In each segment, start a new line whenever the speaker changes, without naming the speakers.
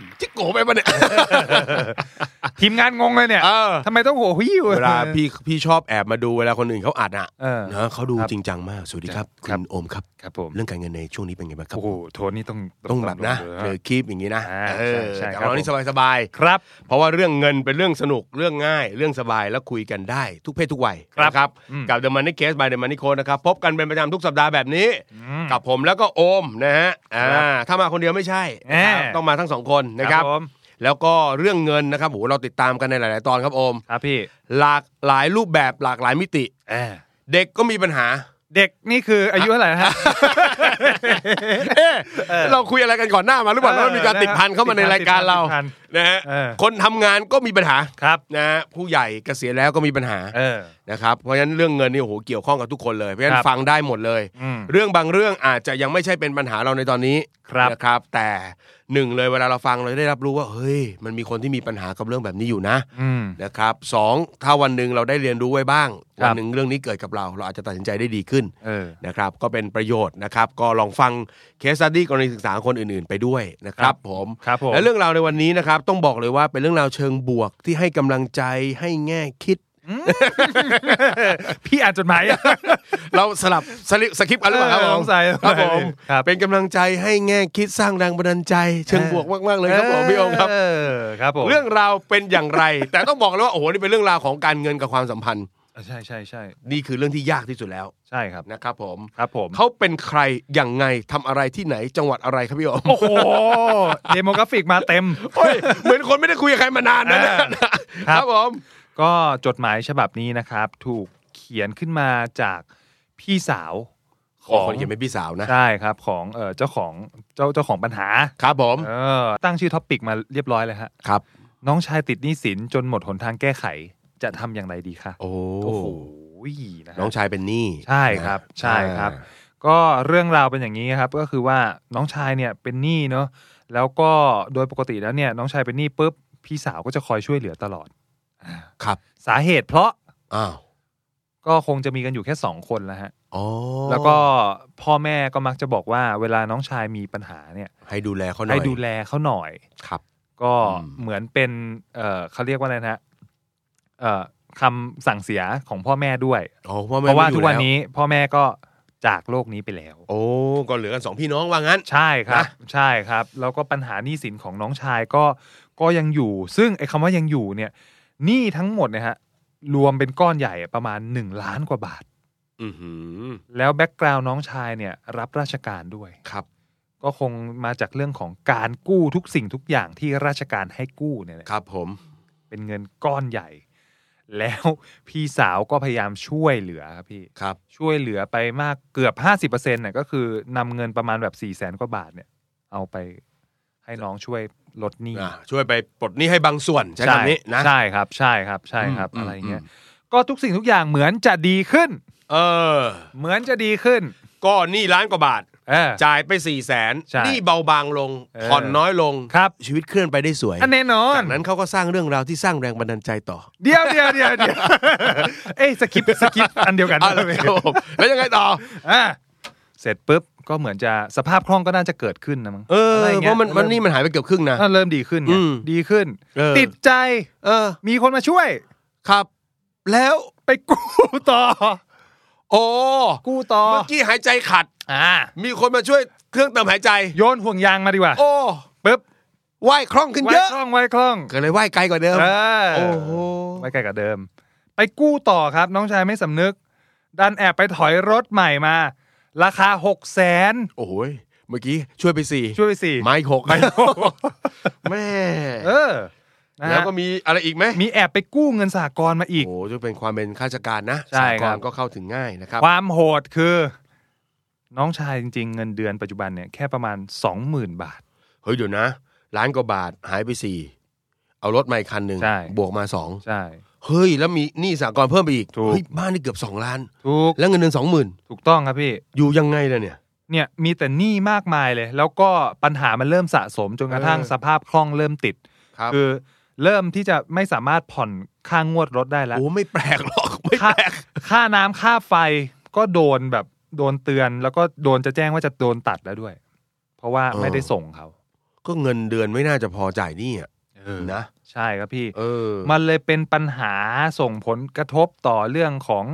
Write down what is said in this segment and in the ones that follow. ์
จิกโกไปปะเนี่ย
ทีมงานงงเลยเนี่ย
เออ
ทำไมต้องหัวหิ้ว
เวลาพี่พี่ชอบแอบมาดูเวลาคนอื่นเขาอัดอ่ะ
เออ
นะเขาดู
ครับ
จริงจังมาก สวัสดีครับ
ครับ
คุณโอมครับ
ครับผม
เรื่องการเงินในช่วงนี้เป็นไงบ้างครับ
โอ้โหโทนนี่ต้อง
ต้องแบบนะ
ลง
เจ
เลย
อคลิปอย่างนี้นะ
อ่า
เออ
ใช่ใช่
แต่
ครับ
เรานี่
ผม
สบาย
ครับ
ๆ เพราะว่าเรื่องเงินเป็นเรื่องสนุกเรื่องง่าย เรื่องสบายแล้วคุยกันได้ ทุกเพศทุกวัย
ครับ
นะครับ
อืม
กับ The Money Case by The Money Code นะครับ พบกันเป็นประจำทุกสัปดาห์แบบนี้ กับผมแล้วก็โอมนะฮะอ่าถ้ามาคนเดียวไม่ใช่นะครับ
แน่
ต้องมาทั้งสองคนนะครับ
ผม
แล้วก็เรื่องเงินนะครับโหเราติดตามกันในหลาย ๆ ตอนครับโอม
ครับพี่
หลากหลายรูปแบบหลากหลายมิติ
อ่า
เด็กก็มีปัญหา
เด็กนี่คืออายุเท่าไหร่ฮะ
เอ๊ะ เราคุยอะไรกันก่อนหน้ามาหรือเปล่า
เออ
แล้วมันมีการติดพันเข้ามาในรายการเรา
ติดพัน
นะฮะ
เออ
คนทำงานก็มีปัญหา
ครับ
นะฮะผู้ใหญ่เกษียณแล้วก็มีปัญหา
เออ
นะครับเพราะฉะนั้นเรื่องเงินนี่โอ้โหเกี่ยวข้องกับทุกคนเลยเพราะฉะนั้
ครั
น
บ
ฟังได้หมดเลย
อืม
เรื่องบางเรื่องอาจจะยังไม่ใช่เป็นปัญหาเราในตอนนี้
ครับ
นะครับ แต่หนึ่งเลยเวลาเราฟังเราจะได้รับรู้ว่าเฮ้ยมันมีคนที่มีปัญหากับเรื่องแบบนี้อยู่นะ
อืม
นะครับสองถ้าวันหนึ่งเราได้เรียนรู้ไว้บ้าง
ครั
วั
บ
นหนึ่งเรื่องนี้เกิดกับเรา เราอาจจะตัดสินใจได้ดีขึ้น
เออ
นะครับ ก็เป็นประโยชน์นะครับ ก็ลองฟังเคส e ั t ดี้กรณีศึกษาของคนอื่นๆ ไปด้วยนะค
ครั
รั
บบ
ผม
ครับผม
และเรื่องราวในวันนี้นะครับ ต้องบอกเลยว่าเป็นเรื่องราวเชิงบวกที่ให้กำลังใจให้แง่คิด
พี่อ่านจดหมายอะ
เราสลับสลิปสคริปต์กันหรือเปล่าครับ
เอ
ผ
อ
ม
สงสัย
ครับผม
ครับ
เป็นกำลังใจให้แง่คิดสร้างแรงบันดาลใจ เชิงบวกมากๆเลยครับผมพี่โอมครับ
เออครับผม
เรื่องราวเป็นอย่างไร แต่ต้องบอกเลยว่าโอ้โหนี่เป็นเรื่องราวของการเงินกับความสัมพันธ์
ใช่ใช่ใช่
นี่คือเรื่องที่ยากที่สุดแล้ว
ใช่ครับ
นะครับผม
ครับผม
เขาเป็นใครอย่างไงทำอะไรที่ไหนจังหวัดอะไรครับพี่อ๋อม
โอ้โห เดโมกราฟิกมาเต็ม
โอ้ยเหมือนคนไม่ได้คุยกับใครมานานนะ
อ่า
ค
ครั
รับ บผม
ก็จดหมายฉบับนี้นะครับ ถูกเขียนขึ้นมาจากพี่สาว
ขอคนเขียนเป็นพี่สาวนะ
ใช่ครับของเอ่อเจ้าของเจ้าเจ้าของปัญหา
ครับผม
เออตั้งชื่อท็อปิกมาเรียบร้อยเลยฮะ
ครับ
น้องชายติดหนี้สินจนหมดหนทางแก้ไขจะทำอย่างไรดีคะ
โอ้
โหนะฮะ
น้องชายเป็นหนี้
ใช่ครับ
นะ
ใช่ครับ ก็เรื่องราวเป็นอย่างนี้ครับก็คือว่าน้องชายเนี่ยเป็นหนี้เนาะแล้วก็โดยปกติแล้วเนี่ยน้องชายเป็นหนี้ปุ๊บพี่สาวก็จะคอยช่วยเหลือตลอด
ครับ
สาเหตุเพราะ
อ้าว
ก็คงจะมีกันอยู่แค่สองคนแล้วฮะ
อ๋อ
แล้วก็พ่อแม่ก็มักจะบอกว่าเวลาน้องชายมีปัญหาเนี่ย
ให้ดูแลเขาหน่อย
ให้ดูแลเขาหน่อย
ครับ
ก็
อืม
เหมือนเป็นเอ่อเขาเรียกว่าอะไรนะเอ่อคำสั่งเสียของพ่อแม่ด้วย
อ๋อพ่อแม่
เพราะว่า
ไม่อยู่
ทุกวัน
แล้
นี้พ่อแม่ก็จากโลกนี้ไปแล้ว
โอ้ก็เหลือกันสองพี่น้องว่างั้น
ใช่ครับ
นะ
ใช่ครับ แล้วก็ปัญหาหนี้สินของน้องชายก็ก็ยังอยู่ ซึ่งไอ้คำว่ายังอยู่เนี่ยหนี้ทั้งหมดเนะฮะรวมเป็นก้อนใหญ่อะประมาณ 1 ล้านกว่าบาท
อือหือ
แล้วแบ็กกราวน์น้องชายเนี่ยรับราชการด้วย
ครับ
ก็คงมาจากเรื่องของการกู้ทุกสิ่งทุกอย่างที่ราชการให้กู้เนี่ยแหละ
ครับผม
เป็นเงินก้อนใหญ่ แล้วพี่สาวก็พยายามช่วยเหลือครับพี่
ครับ
ช่วยเหลือไปมากเกือบ 50%เนี่ยก็คือนำเงินประมาณแบบ4ี่แสนกว่าบาทเนี่ย เอาไปให้น้องช่วยลดหนี้
อ่าช่วยไปปลดหนี้ให้บางส่วนใช้คำนี้นะ
ใช่ครับ ใช่ครับ ใช่ครับ
อืม
อะไรเงี้ย
อืม
ก็ทุกสิ่งทุกอย่างเหมือนจะดีขึ้น
เออ
เหมือนจะดีขึ้น
ก็หนี้ล้านกว่าบาท
เออ
จ่ายไป4ี่แสน
ใช่
หนี้เบาบางลง
เออ
ผ่อนน้อยลง
ครับ
ชีวิตเคลื่อนไปได้สวย
อันแน่นอน
จากนั้นเขาก็สร้างเรื่องราวที่สร้างแรงบันดาลใจต่อ
เดียวเดียว เดียวเดียวเอ้ยสคริปต์สคริปต์อันเดียวกัน
อ่ะแล้วครับผมแล้วยังไงต่อ
อ่ะเสร็จปุ๊บก็เหมือนจะสภาพคล่องก็น่าจะเกิดขึ้นนะมั้ง
เออ
ไงี้
เพ
ย
ราะมันมันหนี่มันหายไปเกือบครึ่งนะ
อ่ะเริ่มดีขึ้นไง
อืม
ดีขึ้น
เออ
ติดใจ
เออ
มีคนมาช่วย
ครับ แล้ว
ไปกู้ต่อ
โอ้
กู้ต่อ
เมื่อกี้หายใจขัด
อ่า
มีคนมาช่วยเครื่องเติมหายใจ
โยนห่วงยางมาดีกว่า
โอ้
ปึ๊บ
ว่ายคล่องขึ้น
ไว้
เยอะ
คล่องไว้คล่อง
ก็เลยว่ายไกลกว่าเดิม
เออ
โอ้โห
ไว้ไกลกว่าเดิม ไปกู้ต่อครับ น้องชายไม่สำนึก ดันแอบไปถอยรถใหม่มา ราคาหกแสน
โอ้ยเมื่อกี้ช่วยไปสี่
ช่วยไปสี่
ไม้หกแม่
เออนะฮะ
แล้วก็มีอะไรอีกไหม
มีแอบไปกู้เงินสหกรณ์มาอีก
โอ้จะเป็นความเป็นข้าราชการนะ
ใช่ครับ
สหกณ์ก็เข้าถึงง่ายนะครับ
ความโหดคือ น้องชายจริง ๆ เงินเดือนปัจจุบันเนี่ยแค่ประมาณสองหมื่นบาท
เฮ้ยเดี๋ยวนะ ล้านกว่าบาทหายไปสี่เอารถมาอีกคันหนึ่ง
ใช่
บวกมาสอง
ใช่
เฮ้ย แล้วมีหนี้สากลเพิ่มไปอีก
ถูก
เฮ้ยบ้านนี่เกือบสองล้าน
ถูก
แล้วเงินเดือนสองหมื่น
ถูกต้องครับพี่
อยู่ยังไงล่ะเนี่ย
เนี่ยมีแต่หนี้มากมายเลย แล้วก็ปัญหามันเริ่มสะสมจนกระทั่ง
เออ
สภาพคล่องเริ่มติด
ครับ
คือเริ่มที่จะไม่สามารถผ่อนค่างวดรถได้แล้ว
โอ้ไม่แปลกหรอกไม่
ค่า
แปลก
ค่าน้ำค่าไฟก็โดนแบบโดนเตือน แล้วก็โดนจะแจ้งว่าจะโดนตัดแล้วด้วย เพราะว่า
เออ
ไม่ได้ส่งเขา
ก็เงินเดือนไม่น่าจะพอจ่ายหนี้อ่ะนะ
ใช่ครับพี่
เออ
มันเลยเป็นปัญหาส่งผลกระทบต่อเรื่องของ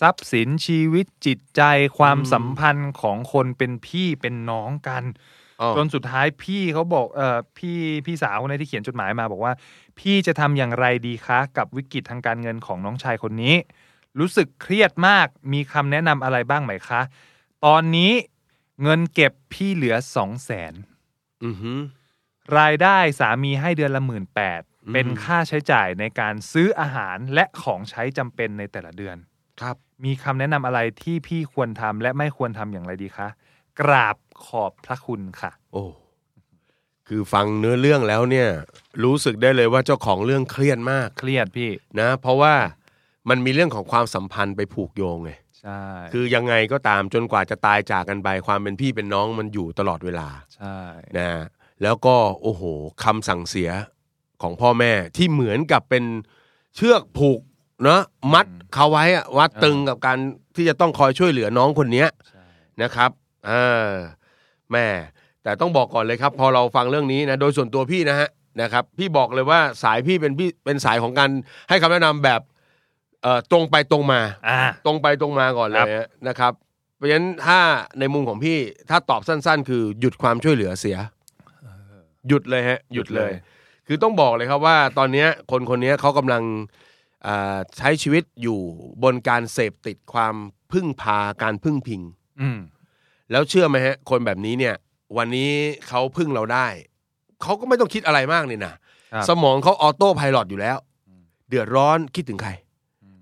ทรัพย์สินชีวิตจิตใจความ
อืม
สัมพันธ์ของคนเป็นพี่เป็นน้องกัน
อ้าว
จนสุดท้ายพี่เขาบอกเออพี่พี่สาวคนนี้ที่เขียนจดหมายมาบอกว่า พี่จะทำอย่างไรดีคะ กับวิกฤตทางการเงินของน้องชายคนนี้ รู้สึกเครียดมากมีคำแนะนำอะไรบ้างไหมคะ ตอนนี้เงินเก็บพี่เหลือสองแสน
อือหือ
รายได้สามีให้เดือนละหมื่นแปด
อืม
เป็นค่าใช้จ่ายในการซื้ออาหารและของใช้จำเป็นในแต่ละเดือน
ครับ
มีคำแนะนำอะไรที่พี่ควรทำและไม่ควรทำอย่างไรดีคะกราบขอบพระคุณค่ะ
โอ้คือฟังเนื้อเรื่องแล้วเนี่ย รู้สึกได้เลยว่าเจ้าของเรื่องเครียดมาก
เครียดพี่
นะ เพราะว่ามันมีเรื่องของความสัมพันธ์ไปผูกโยงไง
ใช่
คือยังไงก็ตามจนกว่าจะตายจากกันไปความเป็นพี่เป็นน้องมันอยู่ตลอดเวลา
ใช่
นะแล้วก็โอ้โหคำสั่งเสียของพ่อแม่ที่เหมือนกับเป็นเชือกผูกเนาะมัดเขาไว้อะวัดตึงกับการที่จะต้องคอยช่วยเหลือน้องคนเนี้ย
ใช่
นะครับเออแม่แต่ต้องบอกก่อนเลยครับ พอเราฟังเรื่องนี้นะ โดยส่วนตัวพี่นะฮะนะครับ พี่บอกเลยว่าสายพี่เป็นพี่เป็นสายของการให้คำแนะนำแบบเอ่อตรงไปตรงมา
อ่า
ตรงไปตรงมาก่อนเลยฮะนะครับ เพราะฉะนั้นถ้าในมุมของพี่ถ้าตอบสั้น ๆ คือหยุดความช่วยเหลือเสีย หยุดเลยฮะหยุดเล
ห
ย
ยุดเล
คือต้องบอกเลยครับว่าตอนเนี้ยคนคนเนี้ยเขากำลังอ่าใช้ชีวิตอยู่บนการเสพติดความพึ่งพาการพึ่งพิง
อืม
แล้วเชื่อไหมฮะ คนแบบนี้เนี่ย วันนี้เขาพึ่งเราได้ เขาก็ไม่ต้องคิดอะไรมากเลยนะครับ สมองเขาออโต้พายโลดอยู่แล้ว เดือดร้อนคิดถึงใคร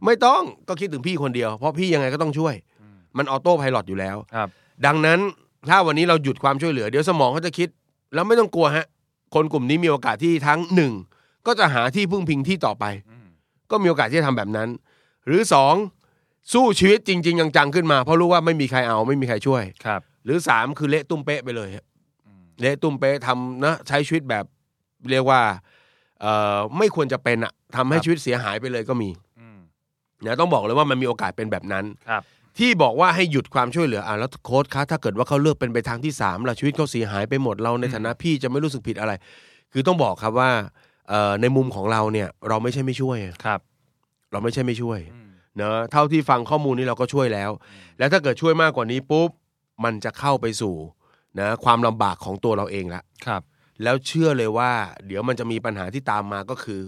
ไม่ต้องก็คิดถึงพี่คนเดียว เพราะพี่ยังไงก็ต้องช่วย มันออโต้พายโลดอยู่แล้ว
ครับ
ดังนั้นถ้าวันนี้เราหยุดความช่วยเหลือ เดี๋ยวสมองเขาจะคิด แล้วไม่ต้องกลัวฮะ คนกลุ่มนี้มีโอกาสที่ทั้งหนึ่งก็จะหาที่พึ่งพิงที่ต่อไป ก็มีโอกาสที่จะทำแบบนั้น หรือสองสู้ชีวิตจริง ๆ จังๆขึ้นมาเพราะรู้ว่าไม่มีใครเอาไม่มีใครช่วย
ครับ
หรือสามคือเละตุ้มเป๊ะไปเลยฮะเละตุ้มเป๊ะทำนะใช้ชีวิตแบบเรียกว่าเอ่อไม่ควรจะเป็นอะทำให้
ครับ
ชีวิตเสียหายไปเลยก็มี
อืม
นะต้องบอกเลยว่ามันมีโอกาสเป็นแบบนั้น
ครับ
ที่บอกว่าให้หยุดความช่วยเหลืออ่ะแล้วโค้ดคะถ้าเกิดว่าเขาเลือกเป็นไปทางที่สามล่ะชีวิตเขาเสียหายไปหมดเราในฐานะพี่จะไม่รู้สึกผิดอะไร คือต้องบอกครับว่าเอ่อในมุมของเราเนี่ยเราไม่ใช่ไม่ช่วย
ครับ
เราไม่ใช่ไม่ช่วย
อืม
เนอะเท่าที่ฟังข้อมูลนี้เราก็ช่วยแล้ว และถ้าเกิดช่วยมากกว่านี้ปุ๊บมันจะเข้าไปสู่นะความลำบากของตัวเราเองละ
ครับ
แล้วเชื่อเลยว่า เดี๋ยวมันจะมีปัญหาที่ตามมาก็คือ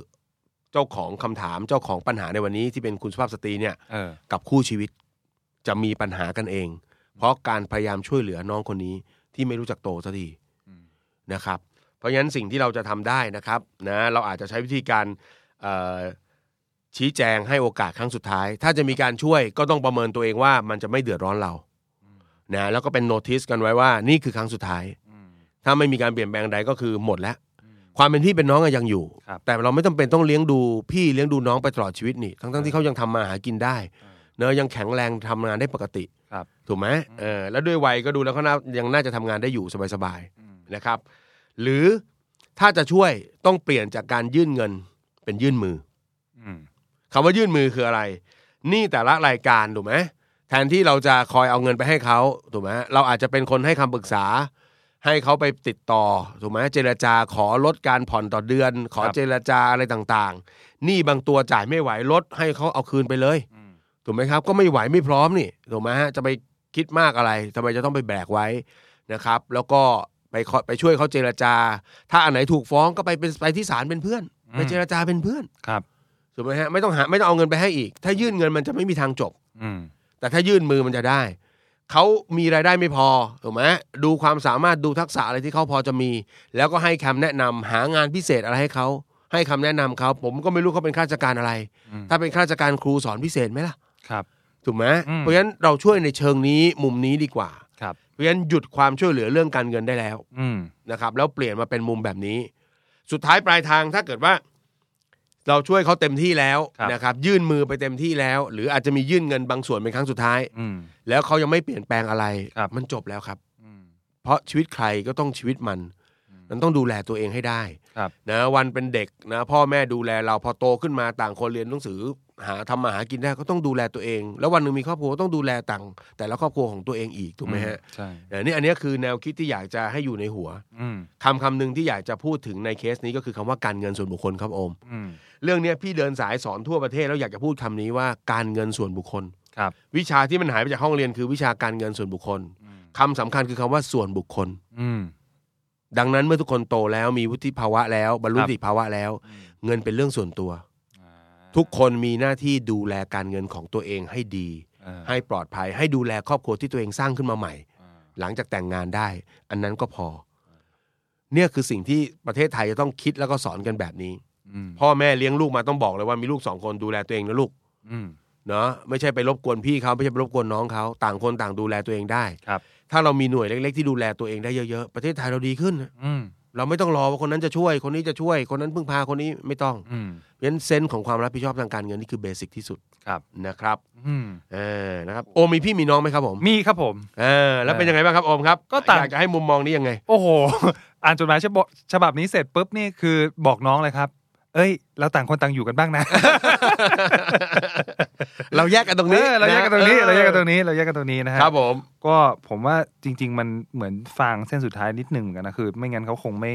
เจ้าของคำถามเจ้าของปัญหาในวันนี้ที่เป็นคุณสุภาพสตรีเนี่ย
เออ
กับคู่ชีวิตจะมีปัญหากันเอง เพราะการพยายามช่วยเหลือน้องคนนี้ที่ไม่รู้จักโตสักที
อืม
นะครับ เพราะฉะนั้นสิ่งที่เราจะทำได้นะครับนะเราอาจจะใช้วิธีการเอ่อชี้แจงให้โอกาสครั้งสุดท้าย ถ้าจะมีการช่วยก็ต้องประเมินตัวเองว่ามันจะไม่เดือดร้อนเรานะแล้วก็เป็นโนติสกันไว้ว่านี่คือครั้งสุดท้าย
อืม
ถ้าไม่มีการเปลี่ยนแปลงใดก็คือหมดแล้ว ความเป็นพี่เป็นน้องอะยังอยู่
ครับ
แต่เราไม่จำเป็นต้องเลี้ยงดูพี่เลี้ยงดูน้องไปตลอดชีวิตนี่ ทั้งๆที่เขายังทำมาหากินได้เนอะยังแข็งแรงทำงานได้ปกติ
ครับ
ถูกไหมเออแล้วด้วยวัยก็ดูแล้วเขาน่ายังน่าจะทำงานได้อยู่สบาย
อืม
ๆนะครับ หรือถ้าจะช่วยต้องเปลี่ยนจากการยื่นเงินเป็นยื่นมือ
อืม
คำว่ายื่นมือคืออะไรหนี่แต่ละรายการถูกไหมแทนที่เราจะคอยเอาเงินไปให้เขาถูกไหมเราอาจจะเป็นคนให้คำปรึกษา ให้เขาไปติดต่อถูกไหมเจรจาขอลดการผ่อนต่อเดือน ขอ
ครับ
เจรจาอะไรต่างๆหนี่บางตัวจ่ายไม่ไหวลดให้เขาเอาคืนไปเลย
อืม
ถูกไหมครับ ก็ไม่ไหวไม่พร้อมนี่ถูกไหมฮะจะไปคิดมากอะไรทำไมจะต้องไปแบกไว้นะครับ แล้วก็ไปขอไปช่วยเขาเจรจา ถ้าอันไหนถูกฟ้องก็ไปเป็นไปที่ศาลเป็นเพื่อนไปเจรจาเป็นเพื่อน
ครับ
ถูกไหมฮะไม่ต้องหาไม่ต้องเอาเงินไปให้อีก ถ้ายื่นเงินมันจะไม่มีทางจบ
อืม
แต่ถ้ายื่นมือมันจะได้ เขามีรายได้ไม่พอถูกไหมดูความสามารถดูทักษะอะไรที่เขาพอจะมี แล้วก็ให้คำแนะนำหางานพิเศษอะไรให้เขาให้คำแนะนำเขาผมก็ไม่รู้เขาเป็นข้าราชการอะไร
อืม
ถ้าเป็นข้าราชการครูสอนพิเศษไหมล่ะ
ครับ
ถูกไหม
อืม
เพราะฉะนั้นเราช่วยในเชิงนี้มุมนี้ดีกว่า
ครับ
เพราะฉะนั้นหยุดความช่วยเหลือเรื่องการเงินได้แล้ว
อืม
นะครับ แล้วเปลี่ยนมาเป็นมุมแบบนี้ สุดท้ายปลายทางถ้าเกิดว่า เราช่วยเขาเต็มที่แล้ว
ครับ
นะครับ ยื่นมือไปเต็มที่แล้ว หรืออาจจะมียื่นเงินบางส่วนเป็นครั้งสุดท้าย
อืม
แล้วเขายังไม่เปลี่ยนแปลงอะไร
ครับ
มันจบแล้วครับ
อืม
เพราะชีวิตใครก็ต้องชีวิตมัน มันต้องดูแลตัวเองให้ได้
ครับ
นะวันเป็นเด็กนะพ่อแม่ดูแลเราพอโตขึ้นมาต่างคนเรียนหนังสือ หาทำมาหากินได้ก็ต้องดูแลตัวเอง แล้ววันหนึ่งมีครอบครัวก็ต้องดูแลต่าง แต่ละครอบครัวของตัวเองอีกถูกไหมฮะ
ใช่
เออนี่อันนี้คือแนวคิดที่อยากจะให้อยู่ในหัว
อืม
คำคำหนึ่งที่อยากจะพูดถึงในเคสนี้ก็คือคำว่าการเงินส่วนบุคคลครับโอม
อืม
เรื่องเนี้ยพี่เดินสายสอนทั่วประเทศแล้วอยากจะพูดคำนี้ว่าการเงินส่วนบุคคล
ครับ
วิชาที่มันหายไปจากห้องเรียนคือวิชาการเงินส่วนบุคคล
อืม
คำสำคัญคือคำว่าส่วนบุคคล
อืม
ดังนั้นเมื่อทุกคนโตแล้วมีวุฒิภาวะแล้วบรรลุ
ครับ
นิติภาวะแล้ว
อืม
เงินเป็นเรื่องส่วนตัว
อ่า
ทุกคนมีหน้าที่ดูแลการเงินของตัวเองให้ดี
เออ
ให้ปลอดภัย ให้ดูแลครอบครัวที่ตัวเองสร้างขึ้นมาใหม่
อ่า
หลังจากแต่งงานได้ อันนั้นก็พอ เนี่ยคือสิ่งที่ประเทศไทยจะต้องคิดแล้วก็สอนกันแบบนี้
อืม
พ่อแม่เลี้ยงลูกมาต้องบอกเลยว่ามีลูกสองคนดูแลตัวเองนะลูก
อืม
เนาะไม่ใช่ไปรบกวนพี่เขาไม่ใช่ไปรบกวนน้องเขาต่างคนต่างดูแลตัวเองได้
ครับ
ถ้าเรามีหน่วยเล็ก ๆ ที่ดูแลตัวเองได้เยอะๆประเทศไทยเราดีขึ้นนะ
อืม
เราไม่ต้องรอว่าคนนั้นจะช่วย คนนี้จะช่วย คนนั้นพึ่งพาคนนี้ไม่ต้อง
อืม
เพราะฉะนั้นเซนส์ของความรับผิดชอบทางการเงินนี่คือเบสิกที่สุด
ครับ
นะครับ
อืม
เออนะครับโอมมีพี่มีน้องไหมครับผม
มีครับผม
เออแล้วเป็นยังไงบ้างครับโอมครับ
ก็ต่าง
อยากจะให้มุมมองนี้ยังไง
โอ้โห อ่านจดหมายฉบับฉบับนี้เสร็จปุ๊บนี่คือบอกน้องเลยครับ เอ้ย เราต่างคนต่างอยู่กันบ้างนะ
เราแยกกันตรง
เอ
นี้
อเราแยกกันตรงนี้
ะ
เราแยกกันตรงนี้ เราแยกกันตรงนี้นะฮะ
ครับผม
ก็ผมว่าจริง ๆ มันเหมือนฟางเส้นสุดท้ายนิดหนึ่งเหมือนกันนะคือ ไม่งั้นเขาคงไม่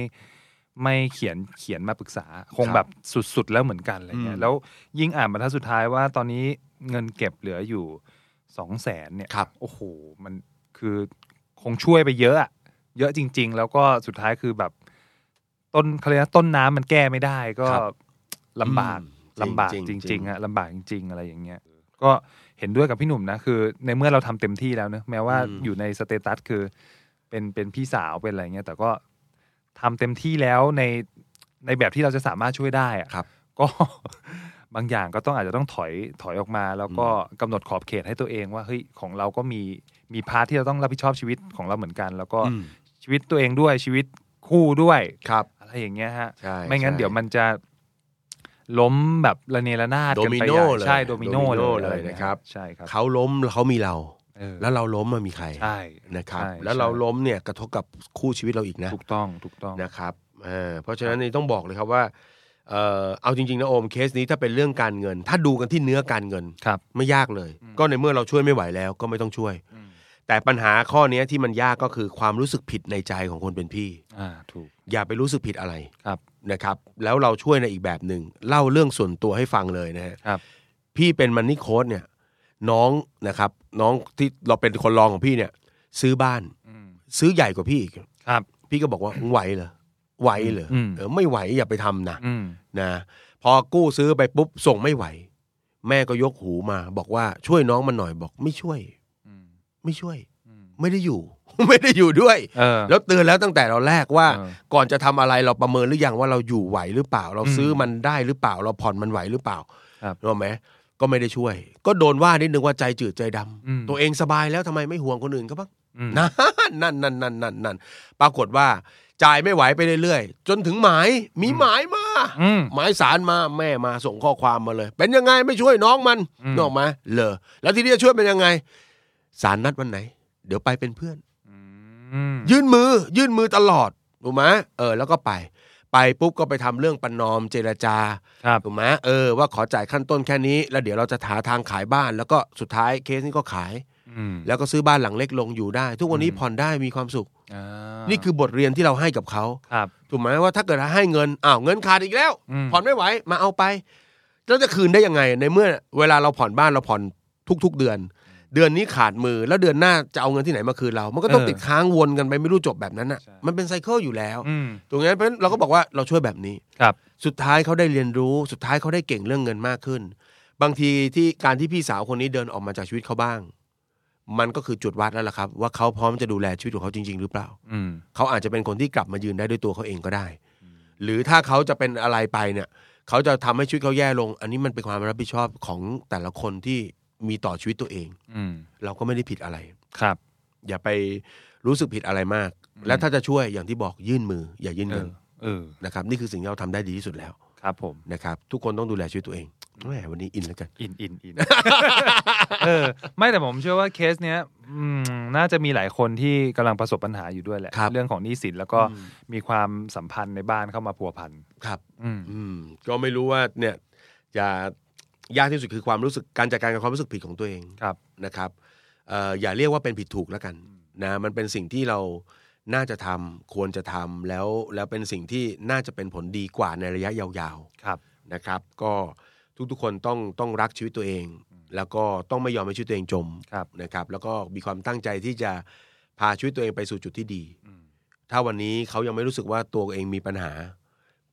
ไม่เขียนเขียนมาปรึกษา คงแบบสุด ๆ แล้วเหมือนกันอะไรเงี้ย แล้วยิ่งอ่านบรรทัดสุดท้ายว่าตอนนี้เงินเก็บเหลืออยู่สองแสนเนี่ย
ครับ
โอ้โห มันคือคงช่วยไปเยอะอะเยอะจริง ๆ แล้วก็สุดท้ายคือแบบ ต้นเขาเรียกนะต้นน้ำมันแก้ไม่ได้ก็
ครับ
ลำบาก
อืม
ลำบาก
จ
จ
ริงๆ
ริงๆฮะลำบากจริง ๆ อะไรอย่างเงี้ย ก็เห็นด้วยกับพี่หนุ่มนะ คือ ในเมื่อเราทำเต็มที่แล้วเนอะแม้ว่า
อืม
อยู่ในสเตตัสคือ เป็นเป็นพี่สาวเป็นอะไรเงี้ยแต่ก็ทำเต็มที่แล้วในในแบบที่เราจะสามารถช่วยได้อะ
ครับ
ก็ บางอย่างก็ต้องอาจจะต้องถอยถอยออกมา แล้วก็กำหนดขอบเขตให้ตัวเองว่าเฮ้ยของเราก็มีมีพาร์ทที่เราต้องรับผิดชอบชีวิตของเราเหมือนกัน แล้วก็
อืม
ชีวิตตัวเองด้วยชีวิตคู่ด้วย
ครับ
อะไรอย่างเงี้ยฮะ
ใช่
ไม่งั้น
ใช่
เดี๋ยวมันจะล้มแบบระเนระนาดกันไป
โดมิโน่
ใหญ่
เลย
ใช่โดมิโน
โดมิโน่
เลย
เลยนะครับ
ใช่ครับ
เขาล้มเขามีเรา
เออ
แล้วเราล้มมันมีใคร
ใช่
นะครับ
ใช่
แล้วเรา
ใช่
ล้มเนี่ยกระทบกับคู่ชีวิตเราอีกนะ
ถูกต้องถูกต้อง
นะครับเออเพราะฉะนั้นนี่ต้องบอกเลยครับว่าเอ่อเอาจริงๆนะโอมเคสนี้ถ้าเป็นเรื่องการเงิน ถ้าดูกันที่เนื้อการเงิน
ครับ
ไม่ยากเลย
อืม
ก็ในเมื่อเราช่วยไม่ไหวแล้วก็ไม่ต้องช่วย
อืม
แต่ปัญหาข้อเนี้ยที่มันยากก็คือความรู้สึกผิดในใจของคนเป็นพี่
อ่าถูก
อย่าไปรู้สึกผิดอะไร
ครับ
นะครับแล้วเราช่วยในอีกแบบหนึ่งเล่าเรื่องส่วนตัวให้ฟังเลยนะฮะ
ครับ
พี่เป็นมันนี่โค้ดเนี่ยน้องนะครับน้องที่เราเป็นคนรองของพี่เนี่ยซื้อบ้าน
อืม
ซื้อใหญ่กว่าพี่อีก
ครับ
พี่ก็บอกว่าไหวเหรอไหวเหรอ
อืม
เออไม่ไหวอย่าไปทำนะ
อืม
นะพอกู้ซื้อไปปุ๊บส่งไม่ไหว แม่ก็ยกหูมา บอกว่าช่วยน้องมันหน่อยบอกไม่ช่วย
อืม
ไม่ช่วย
อืม
ไม่ได้อยู่ ไม่ได้อยู่ด้วย
เออ
แล้วเตือนแล้วตั้งแต่เราแรกว่า
เออ
ก่อนจะทำอะไรเราประเมินหรือยังว่าเราอยู่ไหวหรือเปล่า เรา
อืม
ซื้อมันได้หรือเปล่า เราผ่อนมันไหวหรือเปล่า
ครับ
รู้ไหมก็ไม่ได้ช่วย ก็โดนว่านิดนึงว่าใจจืดใจดำ
อืม
ตัวเองสบายแล้วทำไมไม่ห่วงคนอื่นเขาบ้าง
อืม
นั่นนั่นนั่นนั่นนั่นนั่นปรากฏว่าจ่ายไม่ไหวไปเรื่อยๆ จนถึงหมายมี
อืม
หมายมา
อืม
หมายสารมาแม่มาส่งข้อความมาเลย เป็นยังไงไม่ช่วยน้องมัน
อืม
นกออกไหมาเลอแล้วทีนี้จะช่วยเป็นยังไงสารนัดวันไหน เดี๋ยวไปเป็นเพื่อน
อืม
ยื่นมือ ยื่นมือตลอดถูกไหมเออ แล้วก็ไป ไปปุ๊บก็ไปทำเรื่องประนอมเจรจา
ครับ
ถูกไหมเออว่าขอจ่ายขั้นต้นแค่นี้ แล้วเดี๋ยวเราจะหาทางขายบ้าน แล้วก็สุดท้ายเคสนี้ก็ขาย
อืม
แล้วก็ซื้อบ้านหลังเล็กลงอยู่ได้ ทุกวันนี้
อืม
ผ่อนได้มีความสุข
อ่า
นี่คือบทเรียนที่เราให้กับเขา
ครับ
ถูกไหมว่าถ้าเกิดให้เงินอ้าวเงินขาดอีกแล้ว
ม
ผ่อนไม่ไหวมาเอาไปแล้วจะคืนได้ยังไง ในเมื่อเวลาเราผ่อนบ้านเราผ่อนทุก ๆ เดือน เดือนนี้ขาดมือแล้วเดือนหน้าจะเอาเงินที่ไหนมาคืนเรา มันก็ต้องติดค้างวนกันไปไม่รู้จบแบบนั้นอ่ะ มันเป็นไซเคิลอยู่แล้ว
อืม
ตรงนั้นเพราะฉะนั้นเราก็บอกว่าเราช่วยแบบนี้
ครับ
สุดท้ายเขาได้เรียนรู้ สุดท้ายเขาได้เก่งเรื่องเงินมากขึ้น บางทีที่การที่พี่สาวคนนี้เดินออกมาจากชีวิตเขาบ้าง มันก็คือจุดวัดแล้วล่ะครับ ว่าเขาพร้อมจะดูแลชีวิตของเขาจริง ๆ หรือเปล่า
อืม
เขาอาจจะเป็นคนที่กลับมายืนได้ด้วยตัวเขาเองก็ได้ หรือถ้าเขาจะเป็นอะไรไปเนี่ยเขาจะทำให้ชีวิตเขาแย่ลง อันนี้มันเป็นความรับผิดชอบของแต่ละคนที่มีต่อชีวิตตัวเอง
อืม
เราก็ไม่ได้ผิดอะไร
ครับ
อย่าไปรู้สึกผิดอะไรมาก
อืม
และถ้าจะช่วยอย่างที่บอกยื่นมือ อย่ายื่นเงิน
เออ เออ
นะครับนี่คือสิ่งที่เราทำได้ดีที่สุดแล้ว
ครับผม
นะครับทุกคนต้องดูแลชีวิตตัวเองแหมวันนี้อินแล้วกัน
อินอินอิน เออ ไม่แต่ผมเชื่อว่าเคสเนี้ยอืมน่าจะมีหลายคนที่กำลังประสบปัญหาอยู่ด้วยแหละ
ครับ
เรื่องของหนี้สินแล้วก็มีความสัมพันธ์ในบ้านเข้ามาพัวพัน
ครับ
อืม
อืมก็ไม่รู้ว่าเนี่ยจะยากที่สุดคือความรู้สึกการจัดการกับความรู้สึกผิดของตัวเอง
ครับ
นะครับเอ่ออย่าเรียกว่าเป็นผิดถูกแล้วกันนะมันเป็นสิ่งที่เราน่าจะทำควรจะทำแล้วแล้วเป็นสิ่งที่น่าจะเป็นผลดีกว่าในระยะยาว
ครับ
ๆนะครับ ก็ทุกๆคนต้องต้องรักชีวิตตัวเอง แล้วก็ต้องไม่ยอมให้ชีวิตตัวเองจม
ครับ
นะครับแล้วก็มีความตั้งใจที่จะพาชีวิตตัวเองไปสู่จุดที่ดี
อืม
ถ้าวันนี้เขายังไม่รู้สึกว่าตัวเองมีปัญหา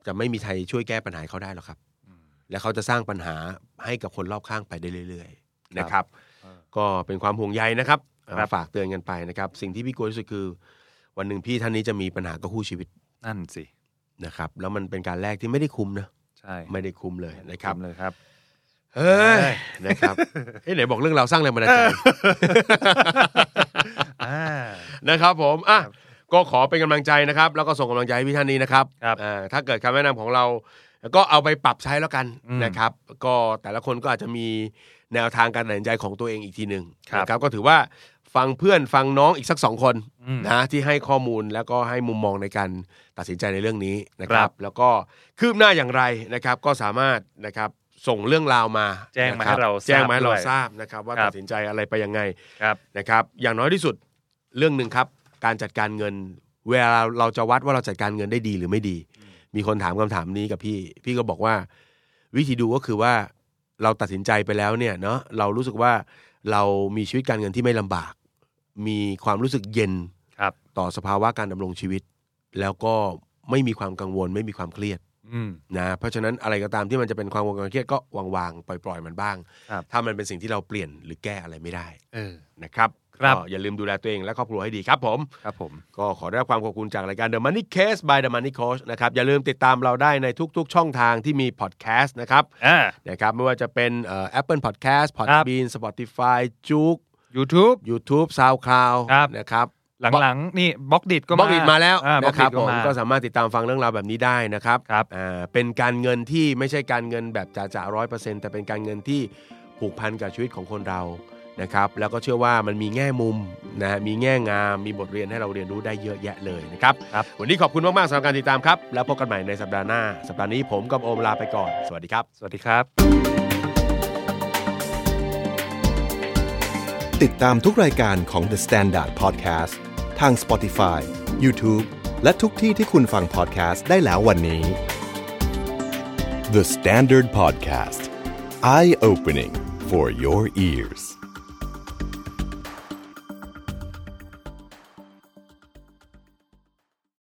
จะไม่มีใครช่วยแก้ปัญหาให้เขาได้หรอกครับ
อืม
และเขาจะสร้างปัญหาให้กับคนรอบข้างไปได้เรื่อยๆนะครับ
เออ
ก็เป็นความห่วงใยนะครับ
ครับ
เอาฝากเตือนกันไปนะครับ สิ่งที่พี่กลัวที่สุดคือ วันหนึ่งพี่ท่านนี้จะมีปัญหากับคู่ชีวิต
นั่นสิ
นะครับ แล้วมันเป็นการแรกที่ไม่ได้คุ้มนะ
ใช่
ไม่ได้คุ้มเลยนะครับ
เลยครับ
เฮ้ยนะครับเอ้ยไหนบอกเรื่องเราวสร้างแรงบันดาลใจ
อ่า
นะครับผม อ่ะ
ครับ
ก็ขอเป็นกำลังใจนะครับ แล้วก็ส่งกำลังใจให้พี่ท่านนี้นะครับ
ครับ
อ่าถ้าเกิดคำแนะนำของเรา ก็เอาไปปรับใช้แล้วกัน
อืม
นะครับ ก็แต่ละคนก็อาจจะมีแนวทางการตัดสินใจของตัวเองอีกทีหนึ่ง
ครับ
นะครับ ก็ถือว่าฟังเพื่อนฟังน้องอีกสักสองคน
อืม
นะที่ให้ข้อมูลแล้วก็ให้มุมมองในการตัดสินใจในเรื่องนี้นะค
ครั
รับ
บ
แล้วก็คืบหน้าอย่างไรนะครับ ก็สามารถนะครับส่งเรื่องราวมา
แจ้งมา
นะคบ
ให้เรา
แจ้งมาให้เรา
ทราบด้วย
ทราบนะครับ ว่า
ครั
ตั
บ
ดสินใจอะไรไปยังไง
ครับ
นะครับอย่างน้อยที่สุดเรื่องหนึ่งครับ การจัดการเงิน เวลาเราจะวัดว่าเราจัดการเงินได้ดีหรือไม่ดี มีคนถามคำถามนี้กับพี่ พี่ก็บอกว่า วิธีดูก็คือว่าเราตัดสินใจไปแล้วเนี่ยเนาะเรารู้สึกว่าเรามีชีวิตการเงินที่ไม่ลำบาก มีความรู้สึกเย็น
ครับ
ต่อสภาวะการดำรงชีวิต แล้วก็ไม่มีความกังวล ไม่มีความเครียด
อืม
นะเพราะฉะนั้นอะไรก็ตามที่มันจะเป็นความกังวลเครียดก็วางวางๆปล่อยปล่อย ๆ มันบ้าง
ครับ
ถ้ามันเป็นสิ่งที่เราเปลี่ยนหรือแก้อะไรไม่ได้นะครับ
ครับ
ก็อย่าลืมดูแลตัวเองและครอบครัวให้ดีครับผม
ครับผม
ก็ขอได้รับความขอบคุณจากรายการ The Money Case by The Money Coach นะครับ อย่าลืมติดตามเราได้ในทุก ๆ ช่องทางที่มีพอดแคสต์นะครับ
อ่า
นะครับไม่ว่าจะเป็นเอ่อ Apple Podcast Podbean Spotify จุก
YouTube
YouTube SoundCloud
ครับ
นะครับ
หลังๆ นี่บล็อกดิดก็มา
บล็อกดิดมาแล้ว
อ่าบล็อ
นะ
ก
ค
ดิ
รับ
ดก็
ผม
มา
ก็สามารถติดตามฟังเรื่องราวแบบนี้ได้นะครับ
ครับ
อ่าเป็นการเงินที่ไม่ใช่การเงินแบบจ่าๆร้อยเปอร์เซ็นต์แต่เป็นการเงินที่ผูกพันกับชีวิตของคนเรานะครับ แล้วก็เชื่อว่ามันมีแง่มุมนะฮะมีแง่งามมีบทเรียนให้เราเรียนรู้ได้เยอะแยะเลยนะครับ
ครับ
วันนี้ขอบคุณมากๆสำหรับการติดตามครับ แล้วพบกันใหม่ในสัปดาห์หน้า สัปดาห์นี้ผมกับโอมลาไปก่อนสวัสดีครับ
สวัสดีครับ
ติดตามทุกรายการของ The Standard Podcast ทาง Spotify, YouTube และทุกที่ที่คุณฟัง podcast ได้แล้ววันนี้ The Standard Podcast Eye Opening for Your Ears